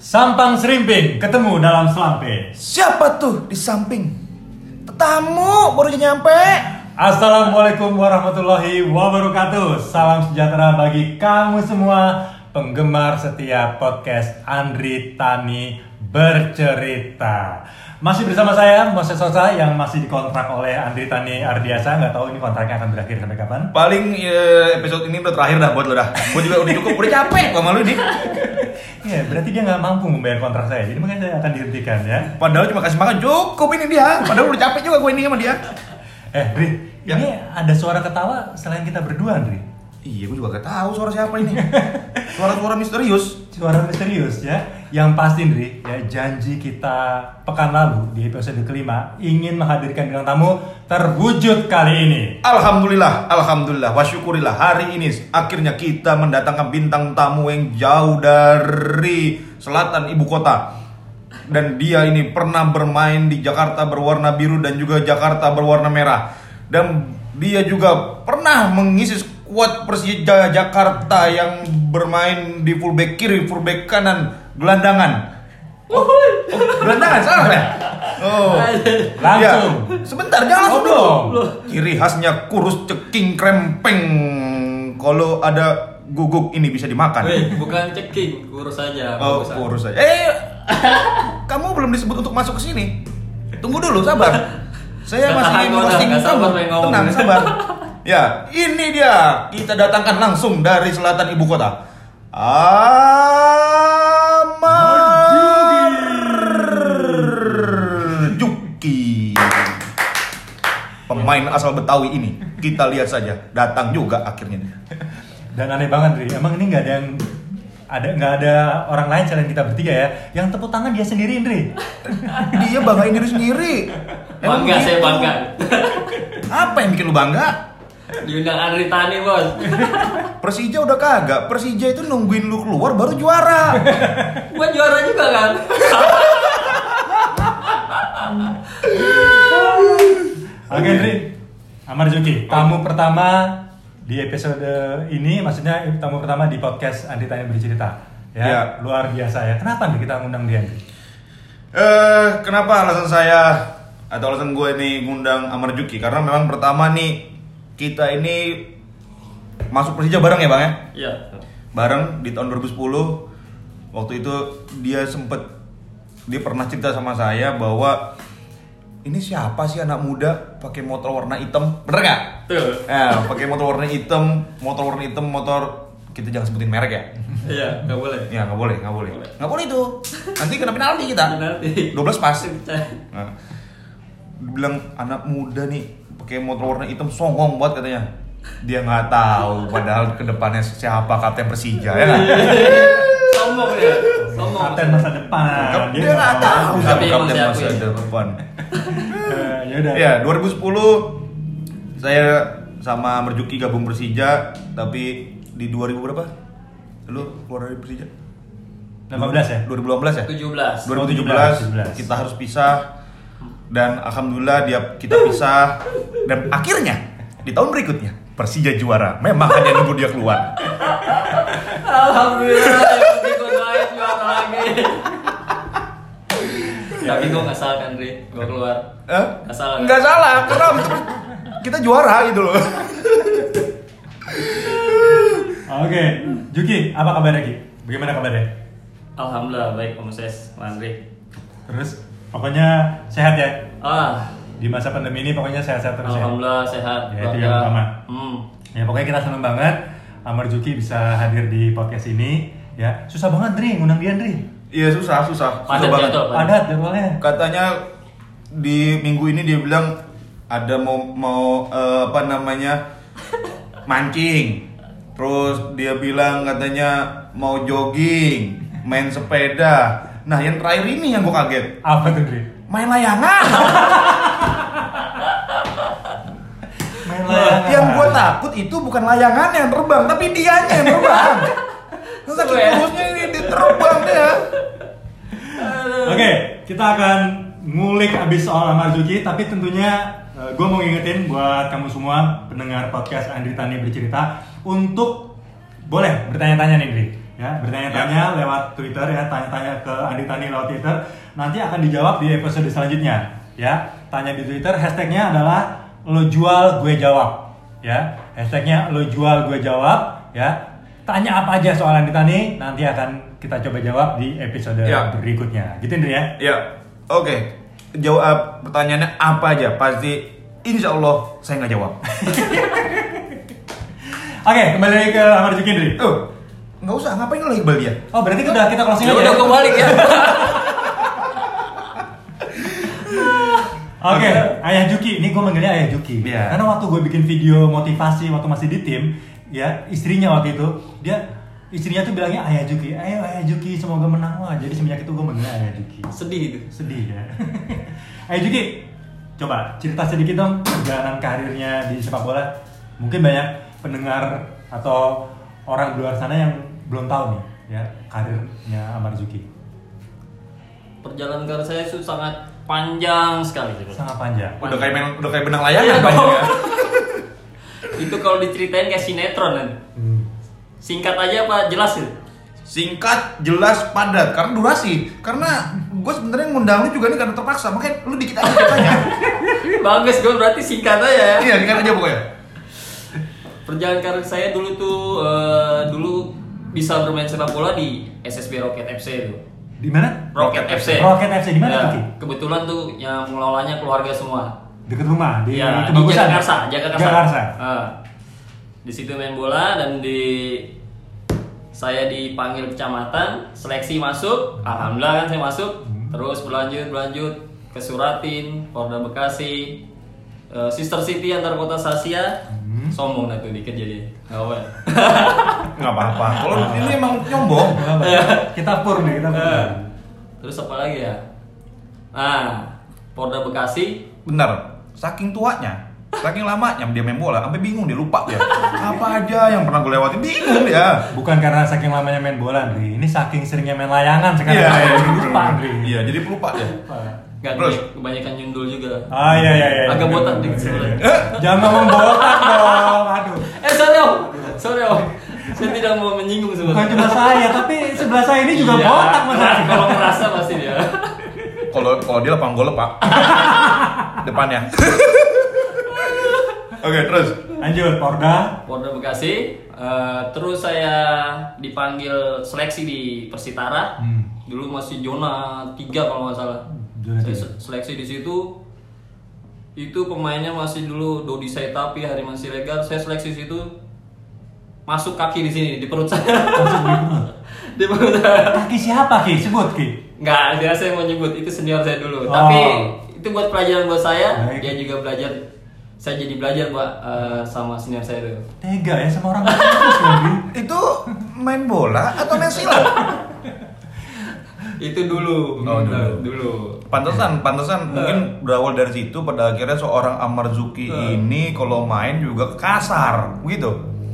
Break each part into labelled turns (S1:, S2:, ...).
S1: Sampang Serimping ketemu dalam selampe.
S2: Siapa tuh di samping? Tetamu baru aja nyampe.
S1: Assalamualaikum warahmatullahi wabarakatuh. Salam sejahtera bagi kamu semua penggemar setia podcast Andri Tani bercerita. Masih bersama saya Moses Sosa yang masih dikontrak oleh Andri Tani Ardiasa. Nggak tahu ini kontraknya akan berakhir sampai kapan.
S2: Paling eh, episode ini udah terakhir dah buat lo dah. Gue juga udah cukup, udah capek gua malu dik.
S1: Ya, berarti dia nggak mampu membayar kontrak saya. Jadi makanya saya akan dihentikan ya.
S2: Padahal cuma kasih makan cukup ini dia. Padahal udah capek juga gue ini sama dia.
S1: Eh, Dri,
S2: Ya.
S1: ini ada suara ketawa selain kita berdua, Dri.
S2: Iya, gue juga gak tahu suara siapa ini. Suara-suara misterius.
S1: Suara misterius ya, yang pasti Ndri, ya janji kita pekan lalu di episode kelima ingin menghadirkan bintang tamu terwujud kali ini.
S2: Alhamdulillah, alhamdulillah, wasyukurillah hari ini akhirnya kita mendatangkan bintang tamu yang jauh dari selatan ibu kota. Dan dia ini pernah bermain di Jakarta berwarna biru dan juga Jakarta berwarna merah. Dan dia juga pernah mengisi skuad Persija Jakarta yang bermain di fullback kiri, fullback kanan, gelandangan. Oh, gelandangan salah ya? Oh.
S1: Langsung.
S2: Iya. Sebentar, jangan langsung
S1: Oh,
S2: dong.
S1: belum.
S2: Ciri khasnya kurus, ceking, krempeng. Kalau ada guguk ini
S1: Oh,
S2: bisa
S1: iya.
S2: dimakan.
S3: Weh, bukan ceking, kurus aja.
S2: Oh,
S3: bagusan.
S2: kurus aja. Eh, kamu belum disebut untuk masuk ke sini. Tunggu dulu, sabar. Saya
S3: Gak
S2: masih
S3: tahan
S2: ingin
S3: gua dah,
S2: roasting
S3: gak sabar
S2: kamu.
S3: pengen ngomong.
S2: Tenang, sabar. Ya, ini dia. Kita datangkan langsung dari selatan ibu kota. Amar Juki. Pemain asal Betawi ini. Kita lihat saja, datang juga akhirnya.
S1: Dan aneh banget Ndri, emang ini nggak ada yang ada nggak ada orang lain selain kita bertiga ya, yang tepuk tangan dia sendiri Ndri.
S2: Dia banggain diri sendiri. Emang
S3: Bangga saya
S2: gitu.
S3: bangga.
S2: Apa yang bikin lu bangga?
S3: Diundang Andri Tani, Bos.
S2: Persija udah kagak. Persija itu nungguin lu keluar baru juara.
S3: Gua juara juga kan.
S1: Oke Ndri, Amar Juki, tamu pertama di episode ini, maksudnya tamu pertama di podcast Andi Tanya Bercerita. Ya,
S2: Iya.
S1: luar biasa ya. Kenapa Ndri kita ngundang dia Ndri?
S2: Eh, kenapa alasan saya atau alasan gue ini ngundang Amar Juki? Karena memang pertama nih kita ini masuk Persija bareng ya, Bang ya?
S3: Iya.
S2: bareng di tahun 2010 waktu itu dia sempet dia pernah cerita sama saya bahwa ini siapa sih anak muda pakai motor warna hitam bener nggak
S3: Tuh.
S2: Eh, pakai motor warna hitam motor warna hitam motor kita jangan sebutin merek ya
S3: Iya, enggak boleh.
S2: ya nggak boleh nggak boleh
S3: Boleh.
S2: nggak boleh itu nanti kena penalti kita
S3: Penalti.
S2: 12 pas
S3: Pecah.
S2: Nah, bilang anak muda nih pakai motor warna hitam songong banget katanya. Dia nggak tahu padahal kedepannya siapa kapten Persija ya
S3: Iya.
S2: kan?
S3: Sombong ya. Sombong.
S1: Kapten masa depan.
S2: Dia nggak tahu siapa
S3: Iya. Tapi emang ya.
S2: kapten
S3: saya
S2: masa
S3: akui.
S2: depan.
S1: Eh, Yaudah.
S2: Ya 2010 saya sama Merjuki gabung Persija tapi di 2000 berapa? Lu keluar dari Persija?
S1: 18 ya?
S2: 2018 ya?
S3: 17.
S2: 2017 kita harus pisah dan alhamdulillah dia kita pisah dan akhirnya di tahun berikutnya Persija juara. Memang hanya nunggu dia keluar.
S3: Alhamdulillah, yang penting gua baik juara lagi.
S2: Ya,
S3: Tapi gua enggak salah kan, Andri. Gua keluar.
S2: Eh?
S3: Nggak salah, kan?
S2: Nggak salah, karena itu kita juara gitu loh.
S1: Oke, Juki, apa kabarnya Ki? Bagaimana kabarnya?
S3: Alhamdulillah baik Om Ses, Om Andri.
S1: Terus, pokoknya sehat ya?
S3: Ah,
S1: Di masa pandemi ini pokoknya sehat-sehat terus ya?
S3: alhamdulillah sehat.
S1: Ya, itu yang
S3: keluarga.
S1: utama.
S3: Hmm.
S1: Ya, pokoknya kita seneng banget Amar Juki bisa hadir di podcast ini ya. Susah banget, Dri, ngundang dia, Dri
S2: Iya susah, susah, susah
S3: Padat
S2: banget.
S3: jadwal, padat.
S1: Padat jadwalnya
S2: Katanya di minggu ini dia bilang ada mau mau eh, apa namanya mancing. Terus dia bilang katanya mau jogging, main sepeda. Nah yang terakhir ini yang gue kaget,
S1: Apa tuh, Dri?
S2: main layangan.
S1: Main layangan
S2: yang gue takut itu bukan layangan yang terbang, tapi dianya yang terbang. Saking
S3: Sesuai.
S2: kurusnya ini dia terbang dia.
S1: Oke, kita akan ngulik abis soal Amar Zuki, tapi tentunya gue mau ngingetin buat kamu semua pendengar podcast Andri Tani bercerita untuk boleh bertanya-tanya nih Dri. ya bertanya-tanya lewat Twitter ya tanya-tanya ke Andi Tani lewat Twitter nanti akan dijawab di episode selanjutnya ya tanya di Twitter hashtagnya adalah lo jual gue jawab ya hashtagnya lo jual gue jawab ya tanya apa aja soal Andi Tani nanti akan kita coba jawab di episode
S2: Ya.
S1: berikutnya gitu Indri ya
S2: Ya, oke. Jawab eh, pertanyaannya apa aja? Pasti insya Allah saya nggak jawab.
S1: oke kembali lagi ke Ahmad Juki Indri
S2: Oh, nggak usah. Ngapain lo Iqbal dia?
S1: oh berarti udah kita closing
S3: Ya
S1: aja
S3: udah
S1: ya?
S3: gue balik ya.
S1: Oke, Ayah Juki, ini gue manggilnya Ayah Juki.
S2: Iya.
S1: Karena waktu gue bikin video motivasi waktu masih di tim, ya istrinya waktu itu dia istrinya tuh bilangnya Ayah Juki, ayo Ayah Juki semoga menang wah. Jadi semenjak itu gue manggilnya Ayah Juki.
S3: Sedih itu.
S1: Sedih ya. Ayah Juki, coba cerita sedikit dong perjalanan karirnya di sepak bola. Mungkin banyak pendengar atau orang di luar sana yang belum tahu nih ya karirnya Amar Juki.
S3: Perjalanan karir saya itu sangat panjang sekali. sebenarnya.
S1: Sangat panjang.
S2: Udah kayak main, udah kayak benang layangan
S3: Iya,
S2: Pak,
S3: dong.
S2: ya.
S3: Itu kalau diceritain kayak sinetron kan.
S1: Hmm.
S3: Singkat aja apa jelas ya? itu?
S2: Singkat, jelas, padat karena durasi. Karena gue sebenarnya ngundang lu juga nih karena terpaksa. Makanya lu dikit aja ceritanya.
S3: Bagus gue berarti singkat aja ya.
S2: iya, dikit aja pokoknya.
S3: Perjalanan karir saya dulu tuh eh, dulu bisa bermain sepak bola di SSB Rocket FC itu.
S1: Di mana?
S3: Rocket,
S2: Rocket
S3: FC.
S1: Rocket FC, di mana,
S3: Ya,
S1: Kiki?
S3: Kebetulan tuh yang mengelolanya keluarga semua.
S1: Deket rumah di
S3: Iya, di
S1: Kebagusan.
S3: Jakarta, Jakarta.
S1: Jakarta.
S3: Ah. Di situ main bola dan di saya dipanggil kecamatan, seleksi masuk, alhamdulillah kan saya masuk.
S1: Hmm.
S3: Terus berlanjut berlanjut ke Suratin, Polda Bekasi, eh, Sister City antar kota Sasia.
S1: Hmm.
S3: Sombong dah tuh dikit jadi. Nggak apa.
S2: Nggak apa-apa. Kalau lu ini emang nyombong. eh,
S1: Gak apa-apa. kita pur nih, kita pur.
S3: Eh, Terus apa lagi ya? Nah, Polda Bekasi
S2: Benar. Saking tuanya, saking lamanya dia main bola, sampai bingung dia lupa ya. Apa aja yang pernah gue lewatin? Bingung dia.
S1: Bukan karena saking lamanya main bola, Andri. Ini saking seringnya main layangan sekarang.
S2: Iya, iya,
S1: Jadi
S2: bener,
S1: lupa,
S2: bener.
S1: Andri.
S2: Iya, jadi pelupa ya.
S1: Lupa.
S3: Gak
S2: Terus?
S3: kebanyakan nyundul juga.
S1: Ah iya iya iya.
S3: Agak
S1: Iya,
S3: botak
S1: iya,
S3: dikit
S1: iya,
S3: sebenarnya.
S1: iya. Jangan ngomong botak dong. Aduh.
S3: Eh sorry om, sorry om, saya tidak mau menyinggung
S1: Bukan
S3: sebenarnya.
S1: cuma saya, tapi sebelah saya ini juga
S3: Iya,
S1: botak mas.
S3: keras- Kalau ngerasa pasti dia.
S2: Kalau kalau dia lapang gue lepak. Depannya. Oke, terus.
S1: Lanjut, Porda.
S3: Polda Bekasi, eh, terus saya dipanggil seleksi di Persitara.
S1: Hmm.
S3: Dulu masih zona 3 kalau nggak salah.
S1: Zona
S3: Saya
S1: tiga.
S3: se- seleksi di situ. Itu pemainnya masih dulu Dodi Saitapi, Hariman Siregar. Saya seleksi di situ masuk kaki di sini di perut saya.
S1: Masuk di perut.
S3: di perut saya.
S1: Kaki siapa Ki? Sebut Ki.
S3: Nggak, dia saya mau nyebut itu senior saya
S1: Oh.
S3: dulu. Tapi itu buat pelajaran buat saya.
S1: Baik.
S3: Dia juga belajar. Saya jadi belajar buat eh, sama senior saya dulu.
S1: Tega ya sama orang kampus lagi.
S2: Itu main bola atau main silat?
S3: Itu dulu.
S2: Oh, dulu.
S3: Nah, dulu.
S2: Pantesan, pantesan mungkin berawal dari situ pada akhirnya seorang Amarzuki
S3: Eh.
S2: ini kalau main juga kasar gitu.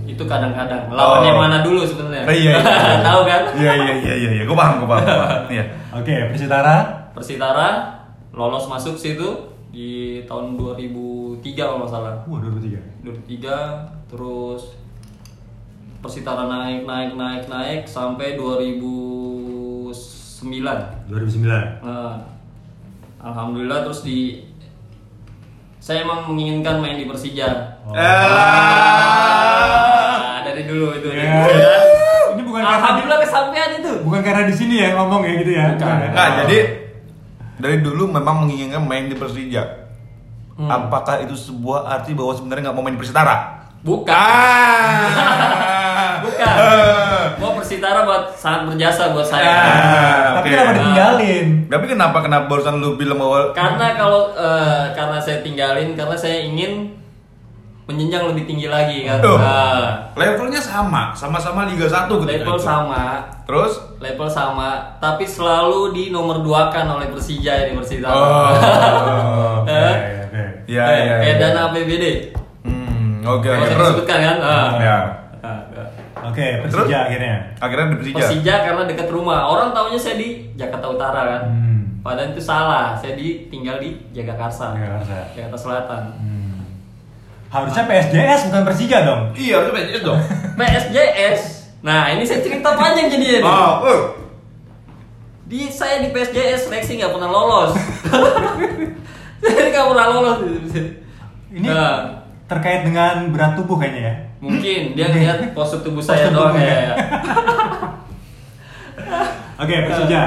S3: Itu kadang-kadang lawan yang
S2: Oh.
S3: mana dulu sebenarnya.
S2: Eh, iya, iya, iya.
S3: Tahu kan?
S2: Iya iya iya iya, iya. gue paham, gue paham, gua paham. Iya.
S1: Oke, Persitara.
S3: Persitara lolos masuk situ di tahun 2003 kalau nggak salah.
S1: Wah, 2003.
S3: 2003 terus Persitara naik naik naik naik sampai 2009.
S1: 2009.
S3: Nah, Alhamdulillah terus di saya emang menginginkan main di Persija.
S1: Oh.
S2: Eh.
S3: Nah, dari dulu itu.
S1: Iya. Ini bukan karena
S3: Alhamdulillah kesampaian itu.
S1: Bukan karena di sini ya ngomong ya gitu ya.
S3: Bukan.
S1: ya?
S2: Nah, jadi dari dulu memang menginginkan main di Persija. Apakah itu sebuah arti bahwa sebenarnya nggak mau main di Persitara?
S3: Bukan.
S2: Ah,
S3: Bukan. Gua Persitara buat sangat berjasa buat saya.
S2: Ah,
S1: Tapi
S2: Eh. oke.
S1: kenapa ditinggalin?
S2: Tapi kenapa kenapa barusan lu bilang bahwa
S3: Karena kalau eh, karena saya tinggalin karena saya ingin menjenjang lebih tinggi lagi kan.
S2: Tuh.
S3: Nah,
S2: levelnya sama, sama-sama Liga 1 gitu.
S3: level sama,
S2: Terus
S3: level sama, tapi selalu di nomor dua kan oleh Persija ini Persitara.
S2: Oh.
S1: Oke, oke.
S2: ya
S3: Ah. eh,
S2: ya.
S3: eh,
S2: ya.
S3: dana APBD.
S2: Hmm, oke oke.
S3: Kalau saya
S2: Terus
S3: sebutkan kan. ah.
S2: ya.
S3: Ah, ah.
S1: Oke,
S2: Terus?
S1: Persija akhirnya.
S2: Akhirnya di Persija.
S3: Persija karena dekat rumah. Orang taunya saya di Jakarta Utara kan.
S1: Hmm.
S3: Padahal itu salah. Saya di tinggal di Jagakarsa.
S1: Jagakarsa.
S3: Jakarta Selatan.
S1: Hmm. Harusnya PSJS bukan Persija dong.
S2: Iya, itu PSIS dong.
S3: PSJS Nah ini saya cerita panjang jadi ini.
S2: Ah, eh.
S3: Di saya di PSJS seleksi nggak pernah lolos. saya nggak pernah lolos.
S1: Ini
S3: Nah,
S1: terkait dengan berat tubuh kayaknya ya.
S3: mungkin dia lihat postur tubuh saya
S1: Postur tubuh
S3: doang ya.
S1: ya. Oke, Persija.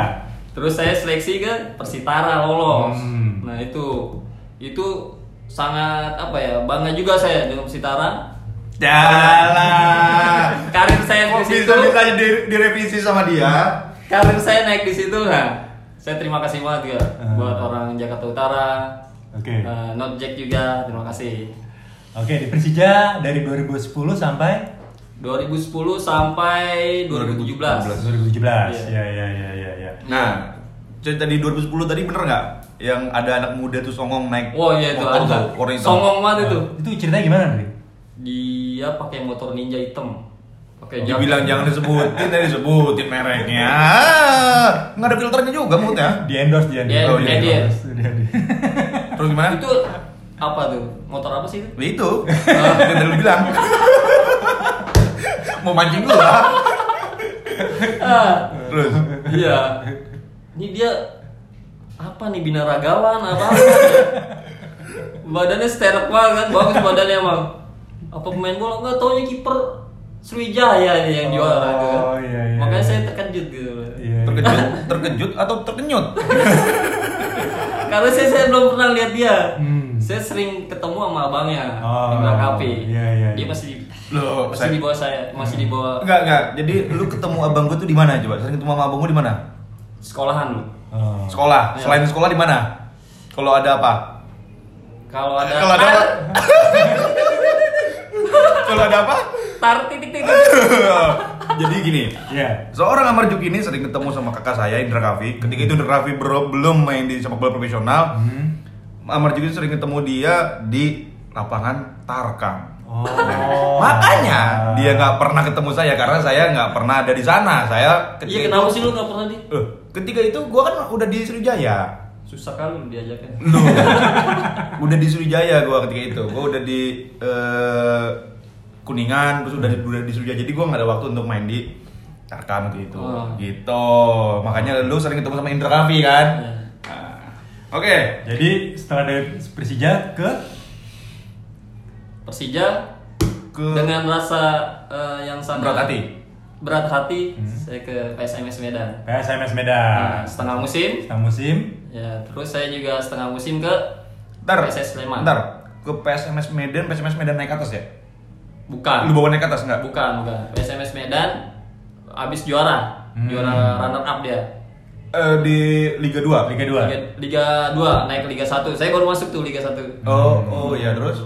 S3: Terus saya seleksi ke Persitara lolos.
S1: Hmm.
S3: Nah itu itu sangat apa ya bangga juga saya dengan Persitara.
S2: Jalan.
S3: Karir saya
S2: Kok
S3: di situ.
S2: bisa bisa di- direvisi sama dia?
S3: Karir saya naik di situ nah. Saya terima kasih banget ya
S1: Ah.
S3: buat orang Jakarta Utara.
S1: Oke.
S3: Eh, Not Jack juga terima kasih.
S1: Oke, di Persija dari 2010 sampai
S3: 2010 sampai 2017.
S1: 2017. Ya,
S3: Iya.
S1: ya, ya, ya, ya.
S2: Nah, cerita di 2010 tadi bener nggak? Yang ada anak muda tuh songong naik
S3: Wah iya itu
S2: motor
S3: ada.
S2: tuh, warna hitam.
S3: Songong banget itu.
S1: Oh, Itu ceritanya gimana, Dri?
S3: Dia pakai motor ninja hitam. Pakai jaket.
S2: Dibilang jangan disebutin, tadi disebutin mereknya. Ah, Nggak ada filternya juga ya. mulutnya.
S1: Di endorse dia.
S3: Dia-
S1: Oh,
S2: dia-
S1: di
S3: dia.
S1: endorse. Iya, Dia- dia.
S2: Terus gimana?
S3: Itu apa tuh? Motor apa sih itu?
S2: Ya itu, yang tadi lu bilang. Mau mancing dulu lah.
S3: Ah,
S2: Terus,
S3: iya. Ini dia apa nih binaragawan apa? Badannya sterek banget, kan, bagus badannya emang. Apa pemain bola enggak taunya kiper Sriwijaya nih yang
S1: Oh,
S3: juara gitu kan.
S1: iya, iya.
S3: Makanya saya terkejut gitu.
S1: Iya, iya.
S2: terkejut, terkejut atau terkenyut?
S3: Karena saya, saya belum pernah lihat dia.
S1: Hmm.
S3: Saya sering ketemu sama abangnya
S1: Oh,
S3: di Merakapi.
S1: iya, iya,
S3: Dia
S1: iya.
S3: masih
S2: Loh,
S3: masih
S2: saya-
S3: di bawah saya, masih di bawah
S2: Enggak, enggak. Jadi lu ketemu abang gue tuh di mana coba? Sering ketemu sama abang gue di mana?
S3: sekolahan.
S1: Oh.
S2: Sekolah.
S3: Iya.
S2: Selain sekolah di mana? Kalau ada apa?
S3: Kalau ada
S2: Kalau ada apa? Kalau ada apa?
S3: tar titik titik.
S2: Jadi gini,
S1: Iya.
S2: Seorang Amarjuk ini sering ketemu sama kakak saya Indra Raffi. Ketika itu Indra Raffi bro- belum main di sepak bola profesional,
S1: Hmm.
S2: Amarjuk itu sering ketemu dia di lapangan Tarkam.
S1: Oh.
S2: Makanya dia nggak pernah ketemu saya karena saya nggak pernah ada di sana. Saya ketika
S3: Iya kenapa
S2: itu,
S3: sih lu gak pernah di?
S2: Eh, ketika itu gua kan udah di Sriwijaya.
S3: Susah kali lu diajakin.
S2: Loh. udah di Sriwijaya gua ketika itu. Gua udah di eh, Kuningan, terus udah di, udah di Sriwijaya. Jadi gua nggak ada waktu untuk main di Tarkam waktu itu.
S3: Oh.
S2: Gitu. Makanya lu sering ketemu sama Indra Raffi kan?
S3: Iya.
S2: Nah, Oke.
S1: Jadi setelah dari Persija ke
S3: Persija
S2: Ke
S3: dengan rasa eh, yang sangat
S2: Berat hati. Hmm.
S3: berat hati, saya ke PSMS Medan.
S1: PSMS
S2: Ah.
S3: Nah,
S1: Medan.
S3: setengah musim,
S1: Setengah musim.
S3: ya terus saya juga setengah musim ke
S2: Ntar,
S3: PSS Sleman.
S2: ntar ke PSMS Medan, PSMS Medan naik atas ya?
S3: Bukan,
S2: Lu bawa naik atas nggak?
S3: bukan, bukan. PSMS Medan abis juara,
S1: Hmm.
S3: juara runner up dia.
S2: Eh, di Liga 2.
S1: Liga 2.
S3: Liga, Liga 2 naik ke Liga 1. Saya baru masuk tuh Liga 1.
S2: Oh, oh iya terus.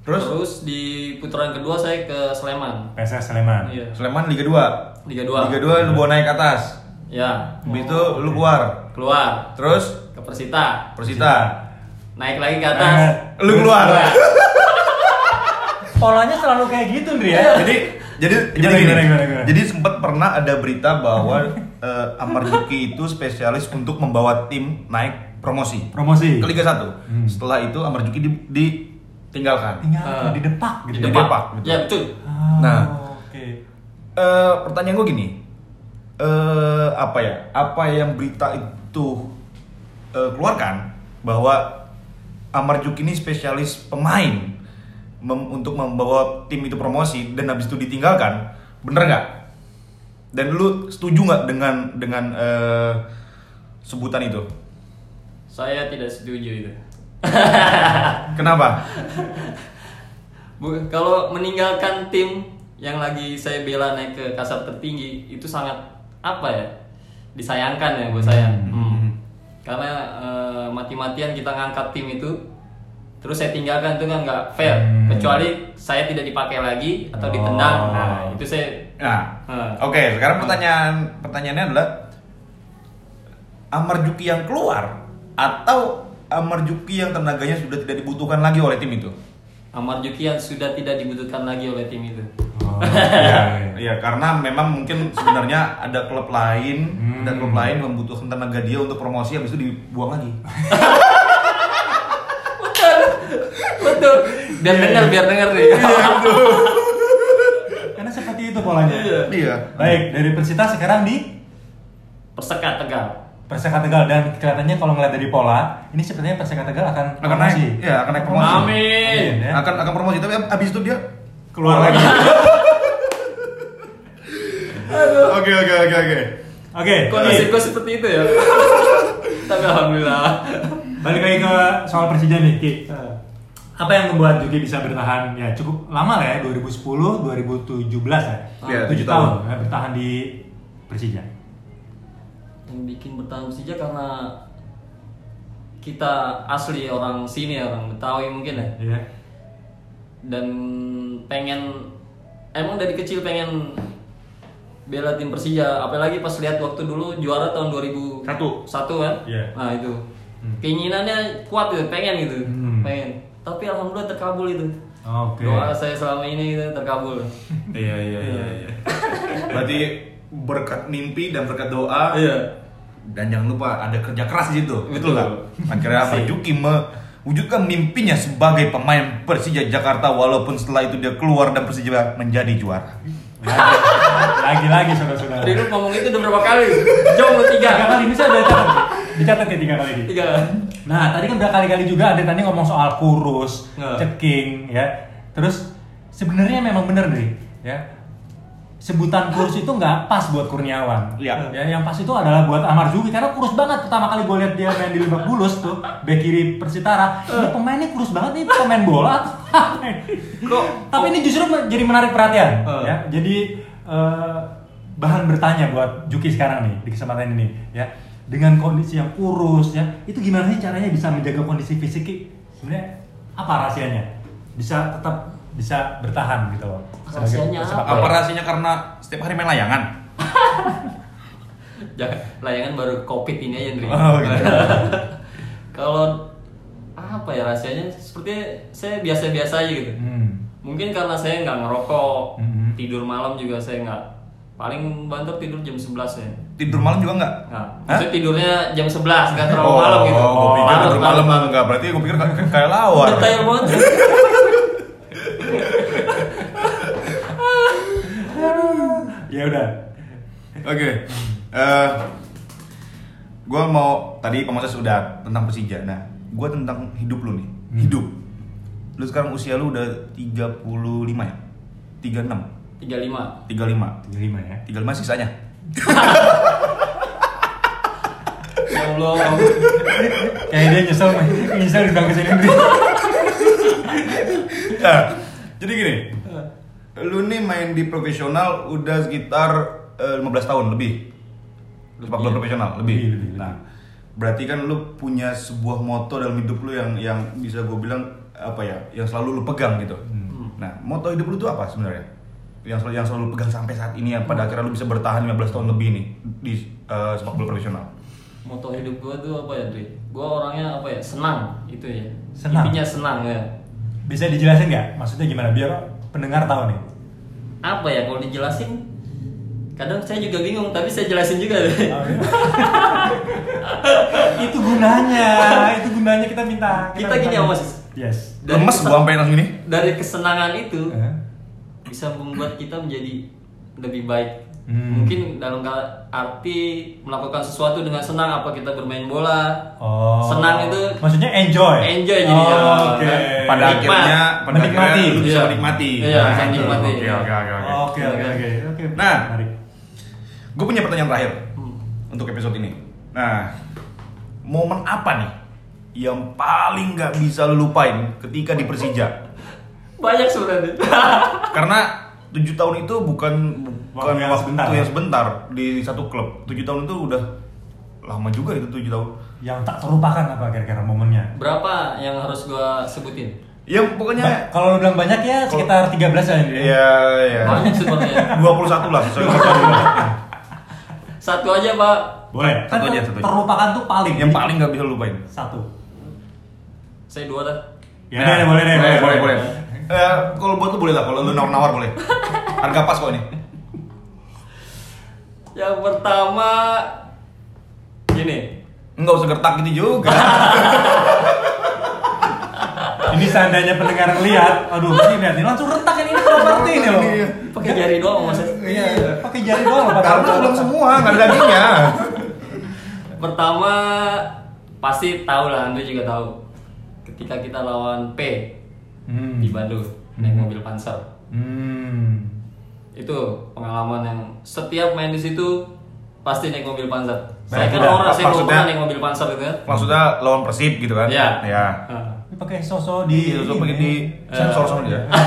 S3: Terus,
S2: Terus
S3: di putaran kedua saya ke Sleman.
S1: PSS
S2: Nah.
S1: Sleman.
S3: Iya.
S2: Sleman Liga 2.
S3: Liga 2.
S2: Liga 2 lu bawa naik atas.
S3: Ya,
S2: Habis itu lu keluar.
S3: keluar
S2: Terus
S3: ke Persita.
S2: Persita.
S3: Naik lagi ke atas.
S2: Lu keluar.
S1: Polanya selalu kayak gitu, Ndri ya.
S2: jadi jadi
S1: Gimana,
S2: jadi gini.
S1: gimana, gimana, gimana?
S2: Jadi sempat pernah ada berita bahwa eh, Amar Juki itu spesialis untuk membawa tim naik promosi
S1: Promosi.
S2: ke Liga 1.
S1: Hmm.
S2: Setelah itu Amar Juki di- ditinggalkan.
S1: Tinggal
S3: Eh,
S1: di depak gitu.
S3: Di
S2: Jadi
S3: depan.
S2: apa? Betul.
S3: Ya, betul.
S1: Ah,
S2: Nah.
S1: oke.
S2: Eh, pertanyaan gue gini. Eh, apa ya? Apa yang berita itu eh, keluarkan bahwa Amar Juki ini spesialis pemain mem- untuk membawa tim itu promosi dan habis itu ditinggalkan. Bener nggak? Dan lu setuju nggak dengan dengan eh, sebutan itu?
S3: Saya tidak setuju itu.
S2: Kenapa?
S3: Bu, kalau meninggalkan tim yang lagi saya bela naik ke kasar tertinggi itu sangat apa ya? Disayangkan ya buat saya. Hmm. Karena eh, mati-matian kita ngangkat tim itu, terus saya tinggalkan itu kan nggak fair.
S1: Hmm.
S3: Kecuali saya tidak dipakai lagi atau
S1: Oh.
S3: ditendang. Nah, itu saya
S2: Nah,
S3: Hmm.
S2: oke. sekarang pertanyaan pertanyaannya adalah Amar Juki yang keluar atau Amar Juki yang tenaganya sudah tidak dibutuhkan lagi oleh tim itu?
S3: Amar Juki yang sudah tidak dibutuhkan lagi oleh tim itu.
S1: Oh,
S2: Iya,
S1: oke.
S2: iya, karena memang mungkin sebenarnya ada klub lain,
S1: Hmm.
S2: ada klub lain membutuhkan tenaga dia untuk promosi habis itu dibuang lagi.
S3: Iya, Betul. Biar dengar, biar dengar nih.
S1: Karena seperti seperti itu polanya.
S3: Iya.
S2: Iya.
S1: Baik, dari Persita sekarang di
S3: Persekat Tegal.
S1: Perseka Tegal dan kelihatannya kalau ngeliat dari pola, ini sepertinya Perseka Tegal akan
S2: Akan naik. Iya, akan naik promosi.
S3: Amin.
S1: ya.
S2: Akan akan promosi tapi ab- abis itu dia
S1: Keluar lagi.
S2: Oke oke oke oke.
S1: Oke,
S3: Kok
S1: Ki,
S3: nasib gue seperti itu ya? Tapi alhamdulillah.
S1: balik lagi ke soal Persija nih, Ki.
S2: Iya.
S1: Apa yang membuat Juki bisa bertahan ya cukup lama lah ya 2010 2017 ya.
S2: Iya,
S1: Tujuh
S2: tujuh
S1: tahun,
S2: tahun.
S1: ya, bertahan di Persija.
S3: Yang bikin bertahan Persija karena kita asli orang sini ya, orang Betawi mungkin ya.
S1: Iya.
S3: Dan pengen emang dari kecil pengen bela tim Persija, apalagi pas lihat waktu dulu juara tahun 2001
S2: Satu.
S3: kan?
S1: Iya.
S3: Nah, itu. Keinginannya kuat gitu, pengen gitu,
S1: Hmm.
S3: pengen. Tapi alhamdulillah terkabul itu.
S1: Oke.
S3: Doa saya selama ini gitu, terkabul.
S2: Iya iya iya. iya. Berarti berkat mimpi dan berkat doa.
S3: Iya.
S2: Dan jangan lupa ada kerja keras di situ.
S3: Betul.
S2: nggak? Akhirnya apa? Juki mewujudkan mimpinya sebagai pemain Persija Jakarta walaupun setelah itu dia keluar dan Persija menjadi juara.
S1: Lagi- Lagi-lagi saudara-saudara.
S3: Rindu ngomong itu udah berapa kali? Jom lu tiga.
S1: Tiga kali ini saya udah catat. Dicatat ya tiga kali ini.
S3: Tiga.
S1: Nah, tadi kan udah kali-kali juga ada tadi ngomong soal kurus,
S3: Nggak.
S1: ceking, ya. Terus sebenarnya memang bener nih, ya. Sebutan kurus itu nggak pas buat Kurniawan.
S2: Iya.
S1: Ya, yang pas itu adalah buat Amar Zuki karena kurus banget. Pertama kali gue lihat dia main di Lebak Bulus tuh, bek kiri Persitara. Ini pemainnya kurus banget nih, pemain bola. atau apa ini?
S3: Kok
S1: Tapi ini justru men- jadi menarik perhatian,
S3: Eh.
S1: ya. Jadi eh, bahan bertanya buat Juki sekarang nih di kesempatan ini, ya. Dengan kondisi yang kurus, ya, itu gimana sih caranya bisa menjaga kondisi fisik? Ki? Sebenarnya apa rahasianya? Bisa tetap bisa bertahan gitu loh. sebagai
S3: Rahasianya
S1: pesepak
S2: Apa
S1: bola.
S2: rahasianya karena setiap hari main layangan?
S3: jangan layangan ya kan baru covid ini aja Ndri.
S2: Oh, gitu.
S3: Kalau apa ya rahasianya? Seperti saya biasa-biasa aja gitu.
S1: Hmm.
S3: Mungkin karena saya nggak ngerokok,
S2: Mm-hmm.
S1: Mhm.
S3: tidur malam juga saya nggak. Paling banter tidur jam 11 ya.
S2: Tidur malam juga nggak?
S3: Nah,
S2: Hah?
S3: maksudnya tidurnya jam 11, nggak terlalu malam
S2: Oh,
S3: gitu.
S2: gua pikir
S3: Larut,
S2: tidur malam enggak. Berarti gue pikir kayak- kayak lawan.
S3: Detail banget.
S1: Ya udah.
S2: Oke. Eh gua mau tadi pemasa sudah tentang Persija. Nah, gua tentang hidup lu nih. Hidup. Lu sekarang usia lu udah 35 ya? 36.
S3: 35.
S2: 35.
S1: 35 ya.
S2: 35 sisanya.
S3: Ya Allah.
S1: Kayak Eh, dia nyesel, nyesel diundang ke sini.
S2: Nah, jadi gini. Lu nih main di profesional udah sekitar eh, 15 tahun lebih. Sepak bola
S3: Iya.
S2: profesional
S1: Lebih,
S2: lebih.
S1: lebih, lebih.
S2: Nah, berarti kan lu punya sebuah moto dalam hidup lu yang yang bisa gue bilang apa ya, yang selalu lu pegang gitu. Nah, moto hidup lu tuh apa sebenarnya? Yang selalu yang selalu lu pegang sampai saat ini yang pada akhirnya lu bisa bertahan 15 tahun lebih nih di eh, sepak bola profesional.
S3: moto hidup gue tuh apa ya Dri? Gue orangnya apa ya senang itu ya.
S1: Senang.
S3: Intinya senang ya.
S1: Bisa dijelasin nggak? Maksudnya gimana? Biar pendengar tahu nih.
S3: Apa ya kalau dijelasin? Kadang saya juga bingung tapi saya jelasin juga Dri.
S2: Oh, iya.
S1: itu gunanya, itu gunanya kita minta.
S3: Kita
S1: minta.
S3: gini ya, Mas.
S1: Yes.
S3: Dari
S2: Lemes
S3: kesen-
S2: gua sampai langsung ini.
S3: Dari kesenangan itu
S1: Eh,
S3: bisa membuat kita menjadi lebih baik.
S1: Hmm.
S3: Mungkin dalam kal- arti melakukan sesuatu dengan senang apa kita bermain bola.
S1: Oh.
S3: Senang itu
S1: Maksudnya enjoy.
S3: Enjoy jadinya. Nah,
S1: Oh, Oke.
S2: pada
S3: Nikmat.
S2: akhirnya pada
S1: Menikmati.
S2: akhirnya lu bisa
S3: Iya.
S2: menikmati Nah,
S3: Iya, bisa
S2: itu.
S3: menikmati.
S2: oke oke oke oke
S1: Oke, oke, oke. Oke.
S2: Nah.
S1: menarik.
S2: gue punya pertanyaan terakhir
S3: Hmm.
S2: untuk episode ini nah momen apa nih yang paling nggak bisa lu lupain ketika di Persija
S3: Banyak sebenarnya.
S2: karena tujuh tahun itu bukan bukan
S1: Waktu yang
S2: waktu
S1: sebentar.
S2: yang sebentar di satu klub tujuh tahun itu udah lama juga itu tujuh tahun
S1: Yang tak terlupakan apa kira-kira momennya?
S3: Berapa yang harus gua sebutin?
S2: ya
S3: Iya.
S2: pokoknya
S1: Ba- Kalau lu bilang banyak ya sekitar 13 aja nih.
S2: ya ya
S3: Banyak sebenarnya.
S2: 21 lah sesuai dengan-
S3: Satu aja pak.
S1: Boleh. Kan
S2: Satu aja,
S1: ter-
S2: satu aja.
S1: terlupakan tuh paling.
S2: yang paling nggak bisa lu lupain
S1: satu.
S3: Saya dua dah.
S1: Ya, deh, boleh deh.
S2: Nah, Boleh, boleh, boleh. Eh, kalau buat lu boleh lah, kalau lu nawar-nawar boleh. Harga pas kok ini.
S3: Yang pertama gini.
S2: Enggak usah gertak gitu juga.
S1: Ini seandainya pendengar lihat, aduh ini lihat ini langsung retak ini ini properti ini loh.
S2: Iya.
S3: Pakai jari doang mas.
S1: Iya, pakai jari doang loh. Pak.
S2: Karena kan belum semua, nggak ada dagingnya.
S3: Pertama pasti tahu lah, Andre juga tahu. Ketika kita lawan P
S1: Hmm.
S3: di Bandung naik mobil Panzer,
S1: Hmm.
S3: itu pengalaman yang setiap main di situ pasti naik mobil Panzer. Saya
S1: Baik,
S3: kan
S2: tidak.
S3: orang, saya belum
S2: Nah, Maksudnya-
S3: pernah naik mobil Panzer itu kan.
S2: Maksudnya lawan Persib gitu kan?
S3: Iya.
S2: Iya.
S3: Nah,
S1: Ini pakai sosok
S2: Di
S1: di
S2: itu Iya, pakai di
S3: Eh.
S2: sensor sama dia.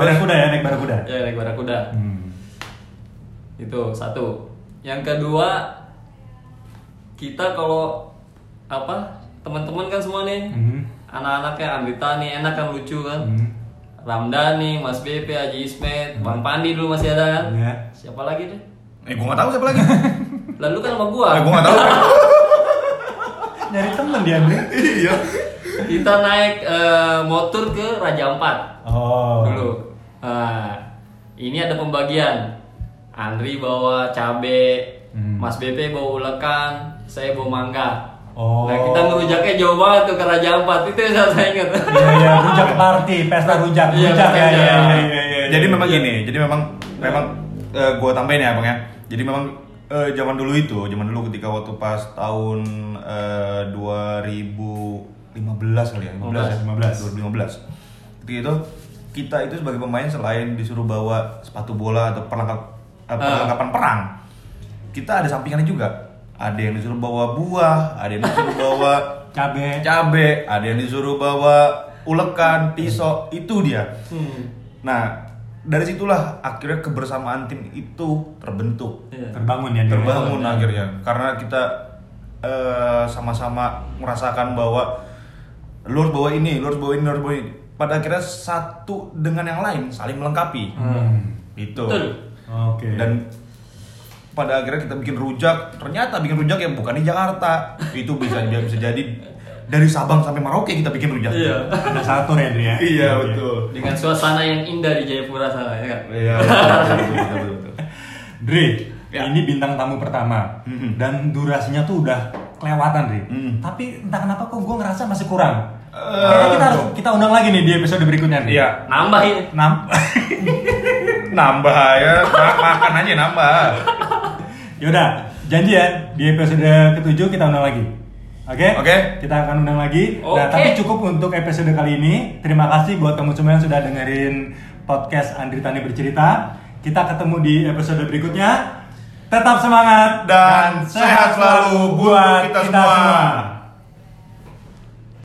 S1: barakuda ya naik barakuda.
S3: Ya naik kuda.
S1: Hmm.
S3: Itu satu. Yang kedua kita kalau apa teman-teman kan semua nih
S2: Mhm.
S1: Hmm.
S3: anak-anaknya Andita nih enak kan lucu kan
S1: Hmm.
S3: Ramdhani, Mas BP, Haji Ismet,
S2: Mhm.
S3: Bang Pandi dulu masih ada kan
S1: Iya.
S3: siapa lagi deh
S2: Eh, gua nggak tahu siapa lagi.
S3: lalu kan sama gua
S2: Eh, gua nggak tahu.
S1: Nyari temen dia Andre.
S2: Iya.
S3: kita naik eh, motor ke Raja Ampat
S1: Oh.
S3: dulu nah, ini ada pembagian Andri bawa cabe
S1: Hmm.
S3: Mas BP bawa ulekan saya bawa mangga
S1: Oh.
S3: Nah kita ngerujaknya jauh banget tuh ke Raja Ampat Itu yang saya- saya ingat
S1: Iya iya rujak party, pesta rujak,
S3: Iya,
S1: rujak ya
S3: pesta.
S1: iya iya iya. iya.
S2: Jadi memang gini, jadi memang memang eh, gua tambahin ya, Bang ya. Jadi memang eh, zaman dulu itu, zaman dulu ketika waktu pas tahun eh, 2015 kali ya, 15 ya,
S1: 15.
S2: 2015. Ketika itu kita itu sebagai pemain selain disuruh bawa sepatu bola atau perlengkap
S1: Ah.
S2: eh, perlengkapan perang, kita ada sampingannya juga. Ada yang disuruh bawa buah, ada yang disuruh bawa
S1: cabe.
S2: cabe, ada yang disuruh bawa ulekan, pisau, itu dia.
S3: Hmm.
S2: Nah, dari situlah akhirnya kebersamaan tim itu terbentuk,
S3: Iya.
S1: Terbangun ya Andre.
S2: terbangun akhirnya. Karena kita eh, sama-sama merasakan bahwa lu harus bawa ini, lu harus bawa ini, lu harus bawa ini. Pada akhirnya satu dengan yang lain saling melengkapi.
S1: Hmm.
S2: Itu.
S3: Betul.
S1: Oke.
S2: Dan pada akhirnya kita bikin rujak, ternyata bikin rujak ya bukan di Jakarta. Itu bisa bisa jadi dari Sabang sampai Merauke kita bikin rujak.
S3: Iya
S1: ada satu ya Andre ya.
S2: Iya,
S1: Oke.
S2: betul.
S3: Dengan suasana yang indah di Jayapura sana ya kan?
S2: Iya. betul, betul, betul, betul.
S1: Dre,
S2: Ya.
S1: ini bintang tamu pertama
S2: Mhm.
S1: dan durasinya tuh udah kelewatan, Dre.
S2: Mhm.
S1: Tapi entah kenapa kok gue ngerasa masih kurang.
S2: Eh,
S1: Kayaknya kita harus kita undang lagi nih di episode berikutnya, Dre.
S2: Iya.
S3: Nambah ini
S1: Nam.
S2: nambah ya Ma- makan aja nambah
S1: Yaudah, janji ya di episode ketujuh kita undang lagi. Oke?
S2: Oke.
S1: Kita akan undang lagi. Nah,
S3: Oke.
S1: tapi cukup untuk episode kali ini. Terima kasih buat kamu semua yang sudah dengerin podcast Andri Tani bercerita. Kita ketemu di episode berikutnya. Tetap semangat
S2: dan sehat selalu buat kita semua.